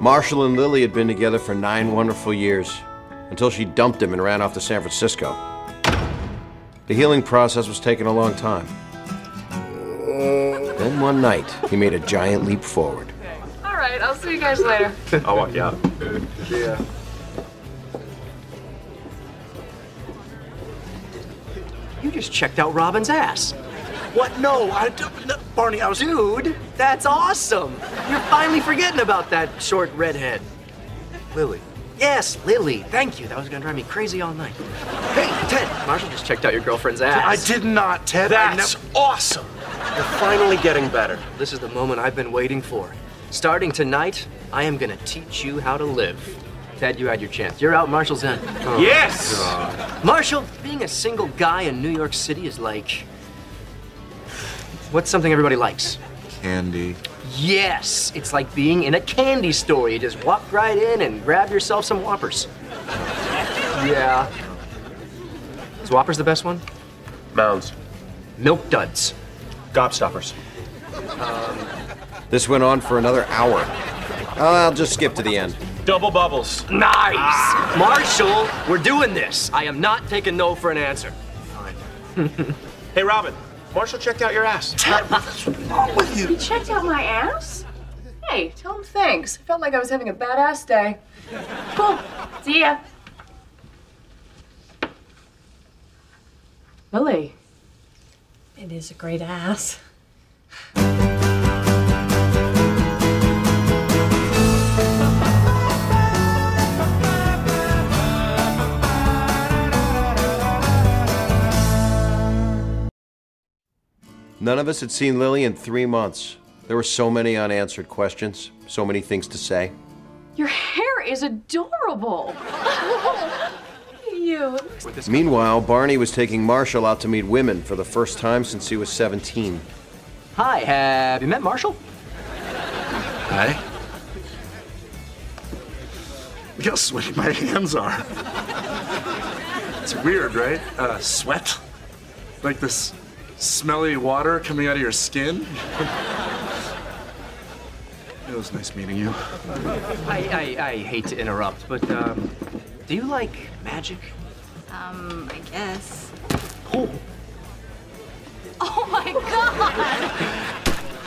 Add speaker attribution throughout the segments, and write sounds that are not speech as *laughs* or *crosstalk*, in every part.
Speaker 1: Marshall and Lily had been together for nine wonderful years until she dumped him and ran off to San Francisco. The healing process was taking a long time. Then one night, he made a giant leap forward.
Speaker 2: All right, I'll see you guys later.
Speaker 3: I'll walk you out.
Speaker 4: You just checked out Robin's ass. What? No, I d- no, Barney, I was. Dude, that's awesome. You're finally forgetting about that short redhead. Lily. Yes, Lily. Thank you. That was gonna drive me crazy all night. Hey, Ted. Marshall just checked out your girlfriend's
Speaker 5: I
Speaker 4: ass.
Speaker 5: did not, Ted. I
Speaker 4: That's
Speaker 5: awesome. You're finally getting better.
Speaker 4: This is the moment I've been waiting for. Starting tonight, I am gonna teach you how to live. Ted, you had your chance. You're out. Marshall's in. Oh.
Speaker 3: Yes!
Speaker 4: Marshall, being a single guy in New York City is like. What's something everybody likes?
Speaker 6: Candy.
Speaker 4: Yes, it's like being in a candy store. You just walk right in and grab yourself some Whoppers. Yeah. Is Whoppers the best one?
Speaker 3: Mounds.
Speaker 4: Milk Duds.
Speaker 3: Gobstoppers.
Speaker 1: This went on for another hour. I'll just skip to the end.
Speaker 3: Double bubbles.
Speaker 4: Nice! Marshall, we're doing this. I am not taking no for an answer.
Speaker 3: Hey, Robin. Marshall checked out your ass.
Speaker 2: You checked out my ass? Hey, tell him thanks. I felt like I was having a badass day. Cool. See ya. Lily.
Speaker 7: It is a great ass.
Speaker 1: None of us had seen Lily in three months. There were so many unanswered questions, so many things to say.
Speaker 2: Your hair is adorable. you.
Speaker 1: Meanwhile, Barney was taking Marshall out to meet women for the first time since he was 17.
Speaker 4: Hi, have you met Marshall?
Speaker 6: Hi.
Speaker 5: Look how sweaty my hands are. It's weird, right? Uh, sweat. Like this smelly water coming out of your skin. it was nice meeting you.
Speaker 4: I, I, I hate to interrupt, but um, do you like magic?
Speaker 8: Um, I guess.
Speaker 4: Oh,
Speaker 8: Oh my god!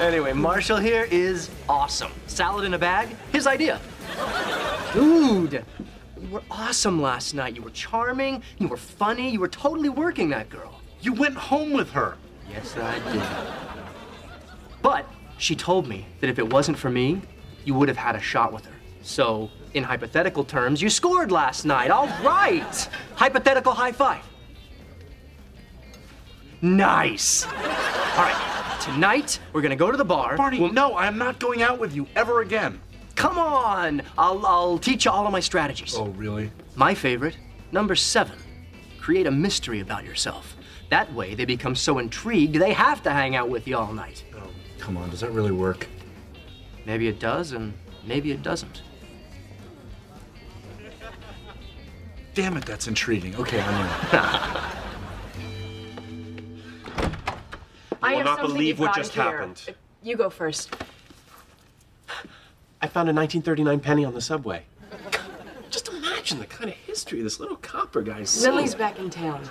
Speaker 4: Anyway, Marshall here is awesome. Salad in a bag, his idea. Dude, you were awesome last night. You were charming, you were funny, you were totally working that girl.
Speaker 5: You went home with her.
Speaker 4: Yes, I did. But she told me that if it wasn't for me, you would have had a shot with her. So, in hypothetical terms, you scored last night. All right. Hypothetical high five. Nice. All right. Tonight, we're going to go to the bar.
Speaker 5: Barney,
Speaker 4: We'll-
Speaker 5: no, I'm not going out with you ever again.
Speaker 4: Come on! I'll, I'll teach you all of my strategies.
Speaker 5: Oh, really?
Speaker 4: My favorite, number seven create a mystery about yourself. That way, they become so intrigued they have to hang out with you all night.
Speaker 5: Come on, does that really work?
Speaker 4: Maybe it does, and maybe it doesn't.
Speaker 5: Damn it, that's intriguing. Okay, I'm in.
Speaker 2: I
Speaker 3: will
Speaker 2: have
Speaker 3: not
Speaker 2: something
Speaker 3: believe
Speaker 2: you've
Speaker 3: what
Speaker 2: gotta
Speaker 3: just
Speaker 2: hear.
Speaker 3: happened.
Speaker 2: You go first.
Speaker 9: I found a 1939 penny on the subway. Just imagine the kind of history this little copper guy's seen.
Speaker 2: Lily's back in town.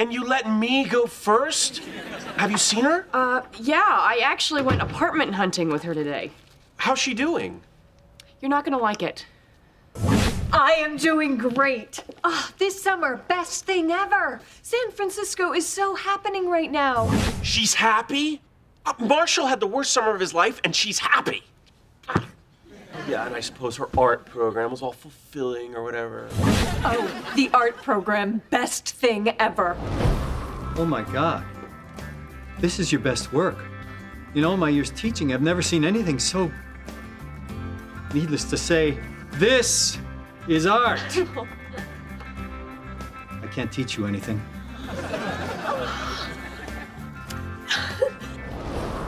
Speaker 9: And you let me go first? Have you seen her?
Speaker 2: Uh, yeah, I actually went apartment hunting with her today.
Speaker 9: How's she doing?
Speaker 2: You're not gonna like it.
Speaker 7: I am doing great. Ah, this summer, best thing ever. San Francisco is so happening right now.
Speaker 9: She's happy? Uh, Marshall had the worst summer of his life, and she's happy. Ah. Yeah, and I suppose her art program was all fulfilling or whatever.
Speaker 7: Oh, the art program, best thing ever.
Speaker 10: Oh my God. This is your best work. In all my years teaching, I've never seen anything so. Needless to say, this is art. I can't teach you anything.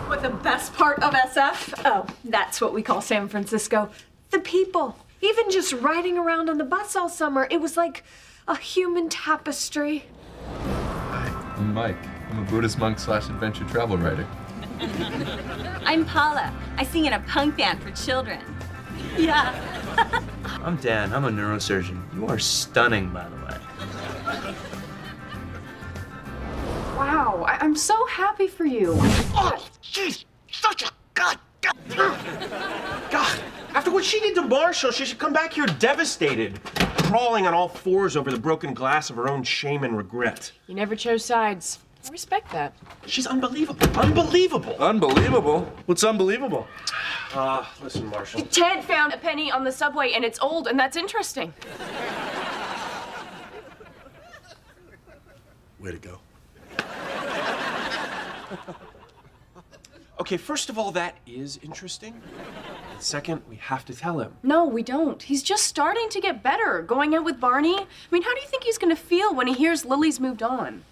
Speaker 7: But the best part of SF, oh, that's what we call San Francisco, the people. Even just riding around on the bus all summer, it was like a human tapestry.
Speaker 6: Hi, I'm Mike. I'm a Buddhist monk slash adventure travel writer.
Speaker 8: I'm Paula. I sing in a punk band for children. Yeah.
Speaker 9: I'm Dan. I'm a neurosurgeon. You are stunning, by the way.
Speaker 2: Wow, I- I'm so happy for you.
Speaker 9: Oh, jeez, such a god. God, after what she did to Marshall, she should come back here devastated, crawling on all fours over the broken glass of her own shame and regret.
Speaker 2: You never chose sides. I respect that.
Speaker 9: She's unbelievable. Unbelievable.
Speaker 6: Unbelievable? What's unbelievable?
Speaker 9: Ah, listen, Marshall.
Speaker 2: Ted found a penny on the subway and it's old, and that's interesting.
Speaker 5: Way to go.
Speaker 9: Okay, first of all, that is interesting. And second, we have to tell him.
Speaker 2: No, we don't. He's just starting to get better, going out with Barney. I mean, how do you think he's gonna feel when he hears Lily's moved on?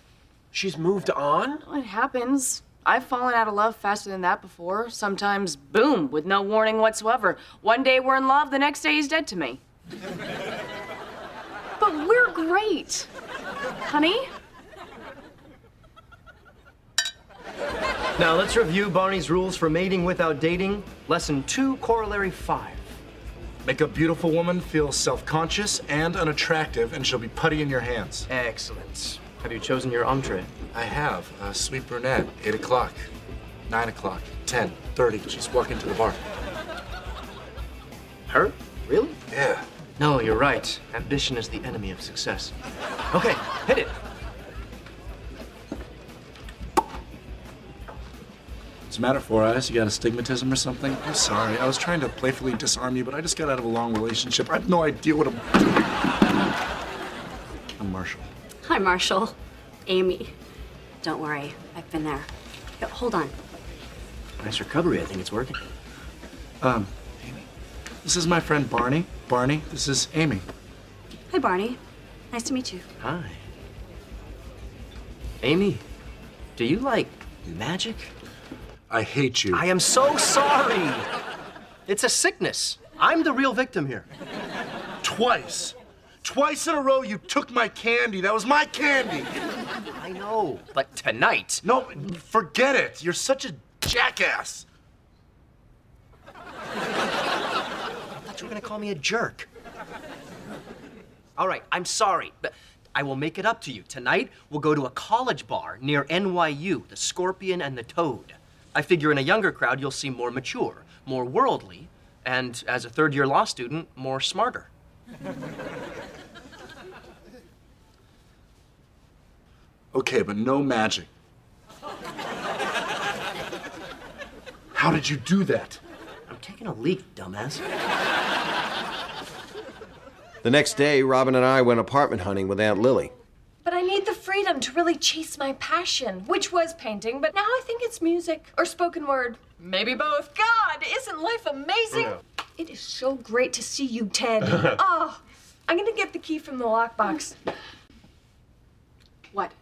Speaker 9: She's moved on?
Speaker 2: Well, it happens. I've fallen out of love faster than that before. Sometimes, boom, with no warning whatsoever. One day we're in love, the next day he's dead to *laughs* me. but we're great. Honey?
Speaker 4: Now let's review Barney's rules for mating without dating. Lesson two, corollary five.
Speaker 6: Make a beautiful woman feel self conscious and unattractive, and she'll be putty in your hands.
Speaker 4: Excellent. Have you chosen your entree?
Speaker 6: I have a sweet brunette, 8 o'clock, 9 o'clock, 10, 30. She's walking to the bar.
Speaker 4: Her? Really?
Speaker 6: Yeah.
Speaker 4: No, you're right. Ambition is the enemy of success. Okay, hit it.
Speaker 6: What's the matter, Four Eyes? You got astigmatism or something? I'm sorry. I was trying to playfully disarm you, but I just got out of a long relationship. I have no idea what I'm doing. I'm Marshall.
Speaker 8: Hi, Marshall. Amy. Don't worry, I've been there. Here, hold on.
Speaker 4: Nice recovery. I think it's working.
Speaker 6: Um, Amy. This is my friend Barney. Barney, this is Amy.
Speaker 8: Hi, Barney. Nice to meet you.
Speaker 4: Hi. Amy, do you like magic?
Speaker 6: I hate you.
Speaker 4: I am so sorry. It's a sickness. I'm the real victim here.
Speaker 6: Twice. Twice in a row, you took my candy. That was my candy.
Speaker 4: I know, but tonight.
Speaker 6: No, forget it. You're such a jackass.
Speaker 4: I thought you were gonna call me a jerk. All right, I'm sorry, but I will make it up to you. Tonight, we'll go to a college bar near NYU, the Scorpion and the Toad. I figure in a younger crowd, you'll seem more mature, more worldly, and as a third year law student, more smarter.
Speaker 6: Okay, but no magic. How did you do that?
Speaker 4: I'm taking a leak, dumbass.
Speaker 1: The next day, Robin and I went apartment hunting with Aunt Lily.
Speaker 7: But I need the freedom to really chase my passion, which was painting, but now I think it's music or spoken word. Maybe both. God, isn't life amazing? It is so great to see you, Ted. oh, I'm gonna get the key from the lockbox.
Speaker 2: What?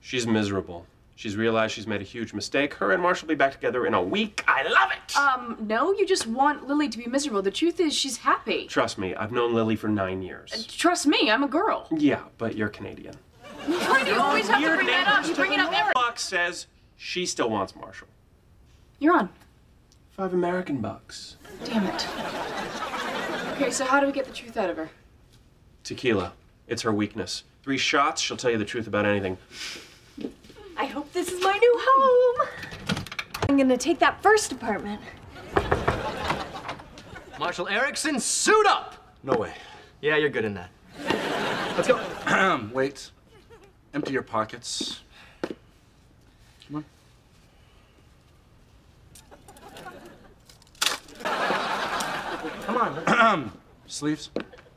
Speaker 9: She's miserable. She's realized she's made a huge mistake. Her and Marshall will be back together in a week. I love it!
Speaker 2: Um, no, you just want Lily to be miserable. The truth is, she's happy.
Speaker 9: Trust me, I've known Lily for nine years.
Speaker 2: Trust me, I'm a *laughs* girl.
Speaker 9: Yeah, but you're Canadian.
Speaker 2: Why do you always have to bring that up? You bring it up every.
Speaker 9: Fox says she still wants Marshall.
Speaker 2: You're on.
Speaker 9: Five American bucks.
Speaker 2: Damn it. Okay, so how do we get the truth out of her?
Speaker 9: Tequila. It's her weakness. Three shots, she'll tell you the truth about anything.
Speaker 7: I hope this is my new home. I'm gonna take that first apartment.
Speaker 4: Marshall Erickson, suit up!
Speaker 6: No way.
Speaker 4: Yeah, you're good in that. Let's go. *clears throat*
Speaker 6: Wait. Empty your pockets. Come on.
Speaker 4: Come on. let's-
Speaker 6: Sleeves?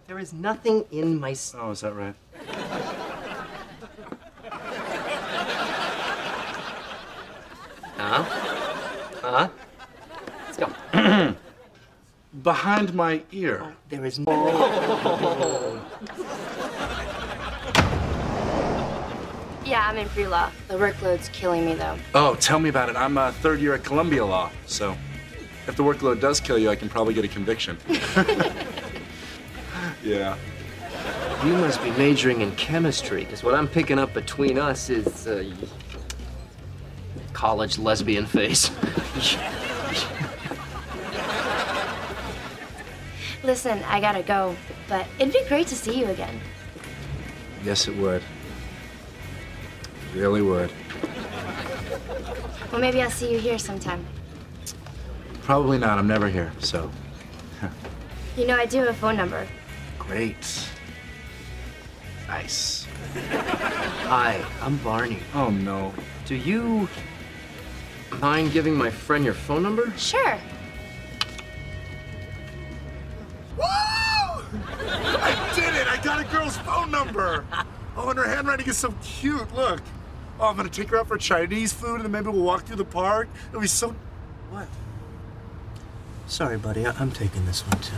Speaker 4: There is nothing in my. s-
Speaker 6: Oh, is that right?
Speaker 4: Uh-huh. Let's go.
Speaker 6: Behind my ear.
Speaker 4: There is no.
Speaker 11: Yeah, I'm in pre law. The workload's killing me, though.
Speaker 6: Oh, tell me about it. I'm a third year at Columbia Law, so if the workload does kill you, I can probably get a *laughs* conviction. yeah.
Speaker 4: You must be majoring in chemistry, because what I'm picking up between us is. Uh, college lesbian face. *laughs*
Speaker 11: Listen, I gotta go, but it'd be great to see you again.
Speaker 6: Yes, it would. Really would.
Speaker 11: Well, maybe I'll see you here sometime.
Speaker 6: Probably not. I'm never here, so.
Speaker 11: You know, I do have a phone number.
Speaker 6: Great. Nice.
Speaker 4: Hi, I'm Barney.
Speaker 6: Oh no.
Speaker 4: Do you mind giving my friend your phone number?
Speaker 11: Sure.
Speaker 5: I did it! I got a girl's phone number! Oh, and her handwriting is so cute. Look. Oh, I'm gonna take her out for Chinese food and then maybe we'll walk through the park. It'll be so. What?
Speaker 4: Sorry, buddy. I- I'm taking this one too.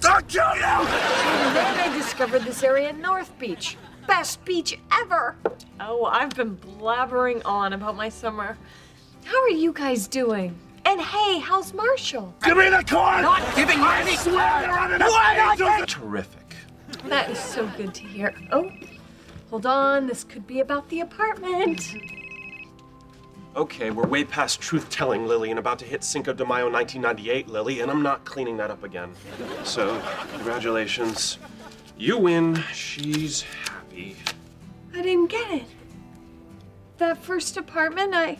Speaker 5: Don't kill you!
Speaker 7: And then I discovered this area in North Beach. Best beach ever. Oh, I've been blabbering on about my summer. How are you guys doing? And hey, how's Marshall?
Speaker 5: Give me the corn!
Speaker 7: Not giving you
Speaker 5: I
Speaker 7: any-
Speaker 5: swear on it!
Speaker 6: Terrific.
Speaker 7: That is so good to hear. Oh, hold on. This could be about the apartment.
Speaker 9: Okay, we're way past truth telling, Lily, and about to hit Cinco de Mayo 1998, Lily, and I'm not cleaning that up again. So, congratulations. You win. She's happy.
Speaker 7: I didn't get it. That first apartment, I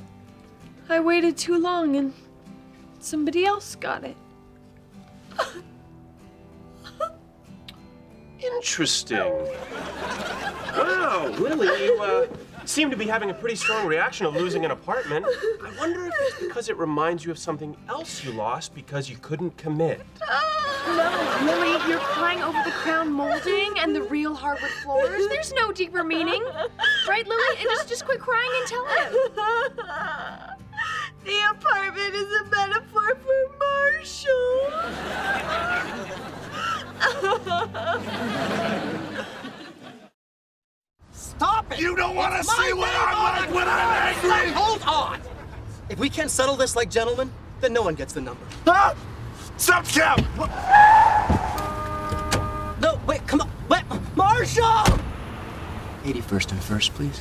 Speaker 7: I waited too long and somebody else got it.
Speaker 9: Interesting. Wow, Lily, you uh, seem to be having a pretty strong reaction of losing an apartment. I wonder if it's because it reminds you of something else you lost because you couldn't commit.
Speaker 2: No, Lily, you're crying over the crown molding and the real hardwood floors. There's no deeper meaning. Right, Lily? And just, just quit crying and tell him.
Speaker 7: The apartment is a metaphor for Marshall.
Speaker 4: Stop it!
Speaker 5: You don't wanna
Speaker 4: It's my
Speaker 5: see what
Speaker 4: name
Speaker 5: I'm
Speaker 4: on
Speaker 5: like
Speaker 4: the
Speaker 5: when I'm
Speaker 4: card!
Speaker 5: angry!
Speaker 4: Hold on! If we can't settle this like gentlemen, then no one gets the number.
Speaker 5: Huh? Stop, Cap!
Speaker 4: No, wait, come on. Wait, Marshall! 81st and first, please.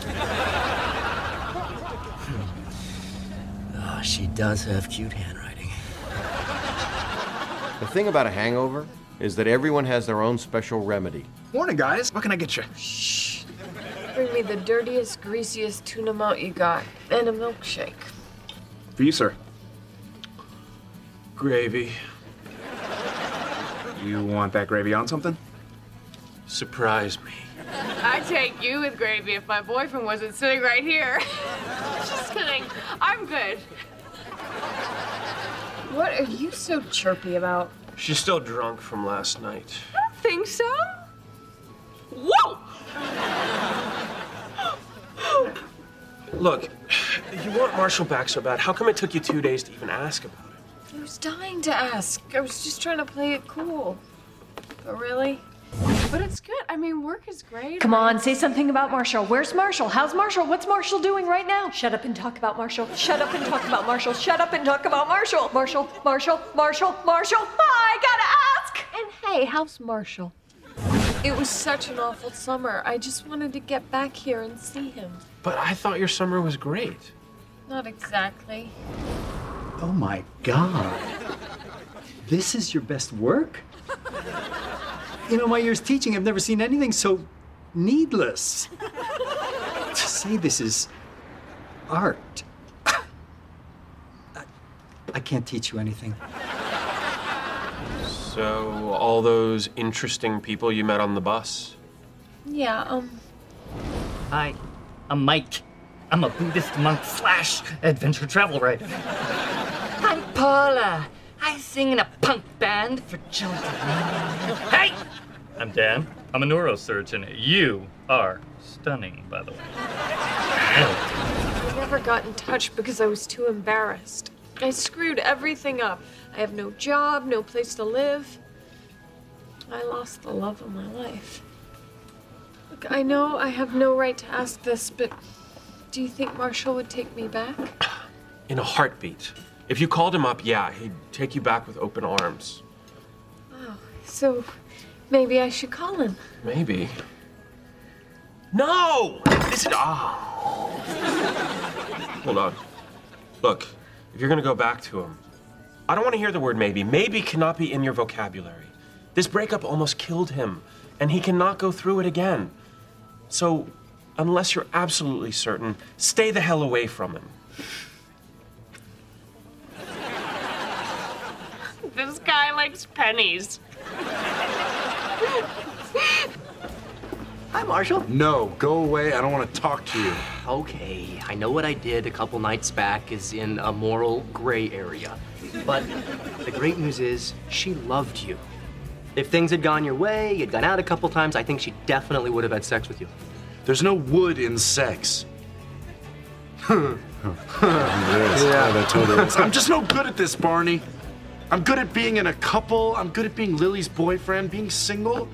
Speaker 4: oh, she does have cute handwriting.
Speaker 1: The thing about a hangover is that everyone has their own special remedy.
Speaker 6: Morning, guys. What can I get you?
Speaker 2: Bring me the dirtiest, greasiest tuna melt you got and a milkshake.
Speaker 6: For you, sir. Gravy. You want that gravy on something?
Speaker 9: Surprise me.
Speaker 2: I'd take you with gravy if my boyfriend wasn't sitting right here. *laughs* Just kidding. I'm good.
Speaker 7: what are you so chirpy about?
Speaker 9: She's still drunk from last night.
Speaker 7: I don't think so. Whoa!
Speaker 9: Look, you want Marshall back so bad. How come it took you two days to even ask about it?
Speaker 2: I was dying to ask. I was just trying to play it cool. But really? But it's good. I mean, work is great.
Speaker 7: Come on, say something about Marshall. Where's Marshall? How's Marshall? What's Marshall doing right now? Shut up and talk about Marshall. Shut up and talk about Marshall. Shut up and talk about Marshall. Marshall, Marshall, Marshall, Marshall. I gotta ask! And hey, how's Marshall?
Speaker 2: It was such an awful summer. I just wanted to get back here and see him.
Speaker 9: But I thought your summer was great.
Speaker 2: Not exactly.
Speaker 10: Oh my God. This is your best work? You know, my years teaching, I've never seen anything so needless. to say this is art. *coughs* I- I can't teach you anything.
Speaker 9: So, all those interesting people you met on the bus?
Speaker 2: Yeah, um,
Speaker 12: Hi, I'm Mike. I'm a Buddhist monk slash adventure travel writer. I'm Paula. I sing in a punk band for children. hey! I'm Dan. I'm a neurosurgeon. You are stunning, by the way.
Speaker 2: I never got in touch because I was too embarrassed. I screwed everything up. I have no job, no place to live. I lost the love of my life. Look, I know I have no right to ask this, but do you think Marshall would take me back?
Speaker 9: In a heartbeat. If you called him up, yeah, he'd take you back with open arms.
Speaker 2: Oh, so maybe I should call him.
Speaker 9: Maybe. No! Listen, ah. Hold on. Look, if you're gonna go back to him, I don't wanna hear the word maybe. Maybe cannot be in your vocabulary. This breakup almost killed him, and he cannot go through it again. So, unless you're absolutely certain, stay the hell away from him.
Speaker 13: This guy likes pennies.
Speaker 4: Hi, Marshall.
Speaker 6: No, go away. I don't want to talk to you.
Speaker 4: Okay, I know what I did a couple nights back is in a moral gray area. But the great news is she loved you. If things had gone your way, you'd gone out a couple times, I think she definitely would have had sex with you.
Speaker 6: There's no wood in sex.
Speaker 4: Yeah.
Speaker 6: yeah, Oh, that totally is. I'm just no good at this, Barney. I'm good at being in a couple. I'm good at being Lily's boyfriend. Being single,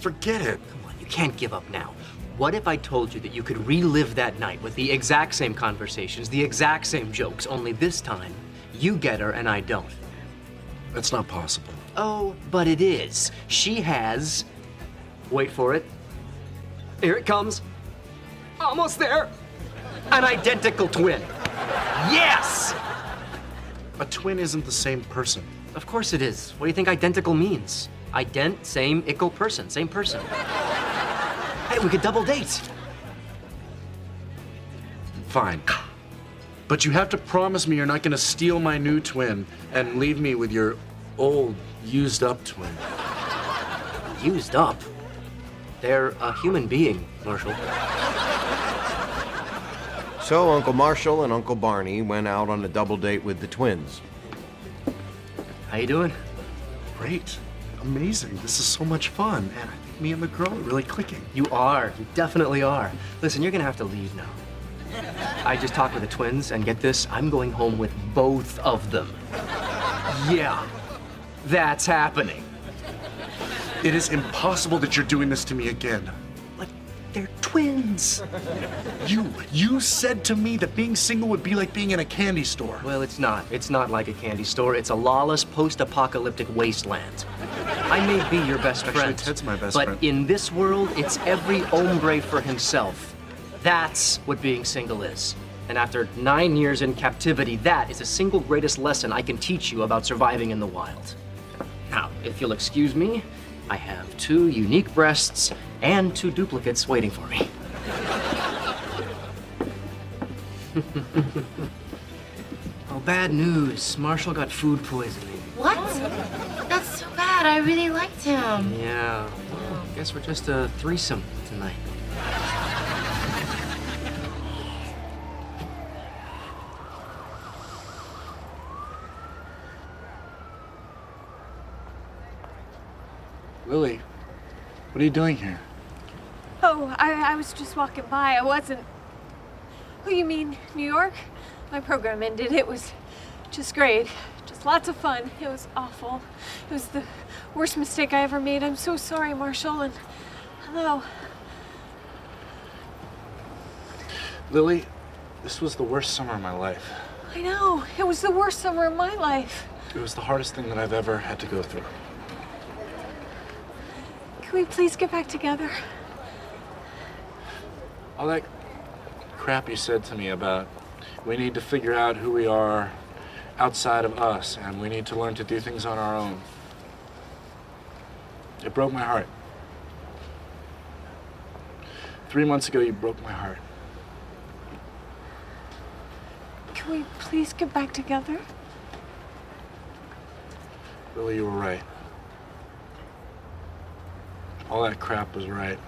Speaker 6: forget it.
Speaker 4: Come on, you can't give up now. What if I told you that you could relive that night with the exact same conversations, the exact same jokes, only this time you get her and I don't?
Speaker 6: That's not possible.
Speaker 4: Oh, but it is. She has. Wait for it. Here it comes. Almost there. An identical twin. Yes!
Speaker 6: A twin isn't the same person.
Speaker 4: Of course it is. What do you think identical means? Ident, same, ickle person, same person. hey, we could double date.
Speaker 6: Fine. But you have to promise me you're not going to steal my new twin and leave me with your old, used up twin.
Speaker 4: Used up? They're a human being, Marshall.
Speaker 1: So Uncle Marshall and Uncle Barney went out on a double date with the twins.
Speaker 4: How you doing?
Speaker 6: Great. Amazing. This is so much fun. And I think me and the girl are really clicking.
Speaker 4: You are. You definitely are. Listen, you're gonna have to leave now. I just talked with the twins, and get this, I'm going home with both of them. Yeah, that's happening.
Speaker 6: It is impossible that you're doing this to me again.
Speaker 4: They're twins.
Speaker 6: You, you said to me that being single would be like being in a candy store.
Speaker 4: Well, it's not. It's not like a candy store. It's a lawless, post-apocalyptic wasteland. I may be your best
Speaker 6: Actually,
Speaker 4: friend.
Speaker 6: Ted's my best
Speaker 4: but
Speaker 6: friend.
Speaker 4: in this world, it's every hombre for himself. That's what being single is. And after nine years in captivity, that is the single greatest lesson I can teach you about surviving in the wild. Now, if you'll excuse me, I have two unique breasts and two duplicates waiting for me. *laughs* oh, bad news. Marshall got food poisoning.
Speaker 13: What? That's so bad. I really liked him.
Speaker 4: Yeah. Well, guess we're just a threesome tonight.
Speaker 6: Lily, what are you doing here?
Speaker 11: Oh, I, I was just walking by. I wasn't. Oh, you mean New York? My program ended. It was just great. Just lots of fun. It was awful. It was the worst mistake I ever made. I'm so sorry, Marshall. And hello.
Speaker 6: Lily, this was the worst summer of my life.
Speaker 11: I know. It was the worst summer of my life.
Speaker 6: It was the hardest thing that I've ever had to go through.
Speaker 11: Can we please get back together?
Speaker 6: All that crap you said to me about we need to figure out who we are outside of us and we need to learn to do things on our own. It broke my heart. Three months ago, you broke my heart.
Speaker 11: Can we please get back together?
Speaker 6: Lily, you were right. All that crap was right.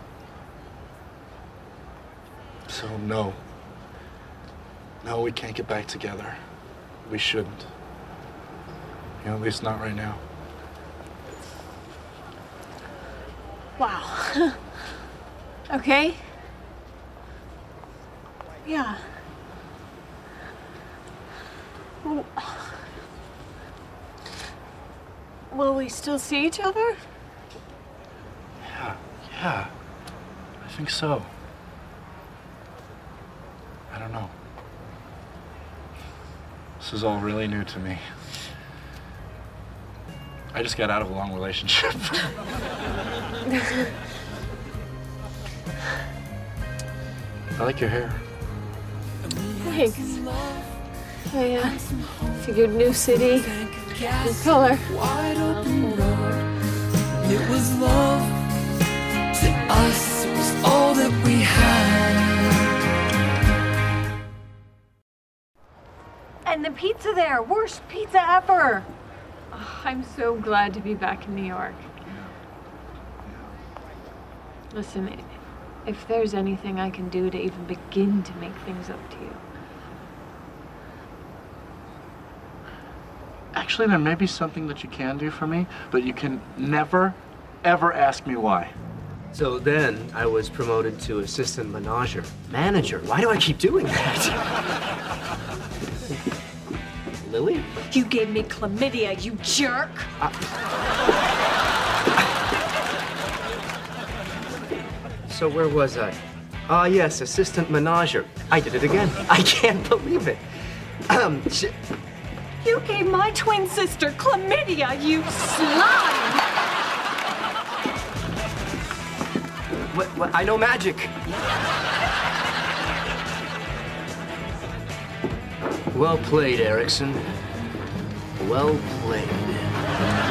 Speaker 6: So, no. No, we can't get back together. We shouldn't. You know, at least not right now.
Speaker 8: *laughs*
Speaker 11: Wow. okay. Yeah. W- Will we still see each other?
Speaker 6: Yeah, yeah. I think so. I don't know. This is all really new to me. I just got out of a long relationship. I like your hair.
Speaker 2: Thanks. I uh, figured new city, new color.
Speaker 14: Wide open road. It was love to us, it was all that we had.
Speaker 11: And the pizza there, worst pizza ever. Oh, I'm so glad to be back in New York. Listen, i- if there's anything I can do to even begin to make things up to you,
Speaker 6: Actually, there may be something that you can do for me, but you can never, ever ask me why.
Speaker 4: So then I was promoted to assistant manager. Manager? Why do I keep doing that? *laughs* Lily?
Speaker 7: You gave me chlamydia, you jerk.
Speaker 4: So where was I? Ah, yes, assistant manager. I did it again. I can't believe it. Um, sh-
Speaker 7: You gave my twin sister chlamydia, you slime.
Speaker 4: what, what, I know magic. Well played, Erickson. Well played.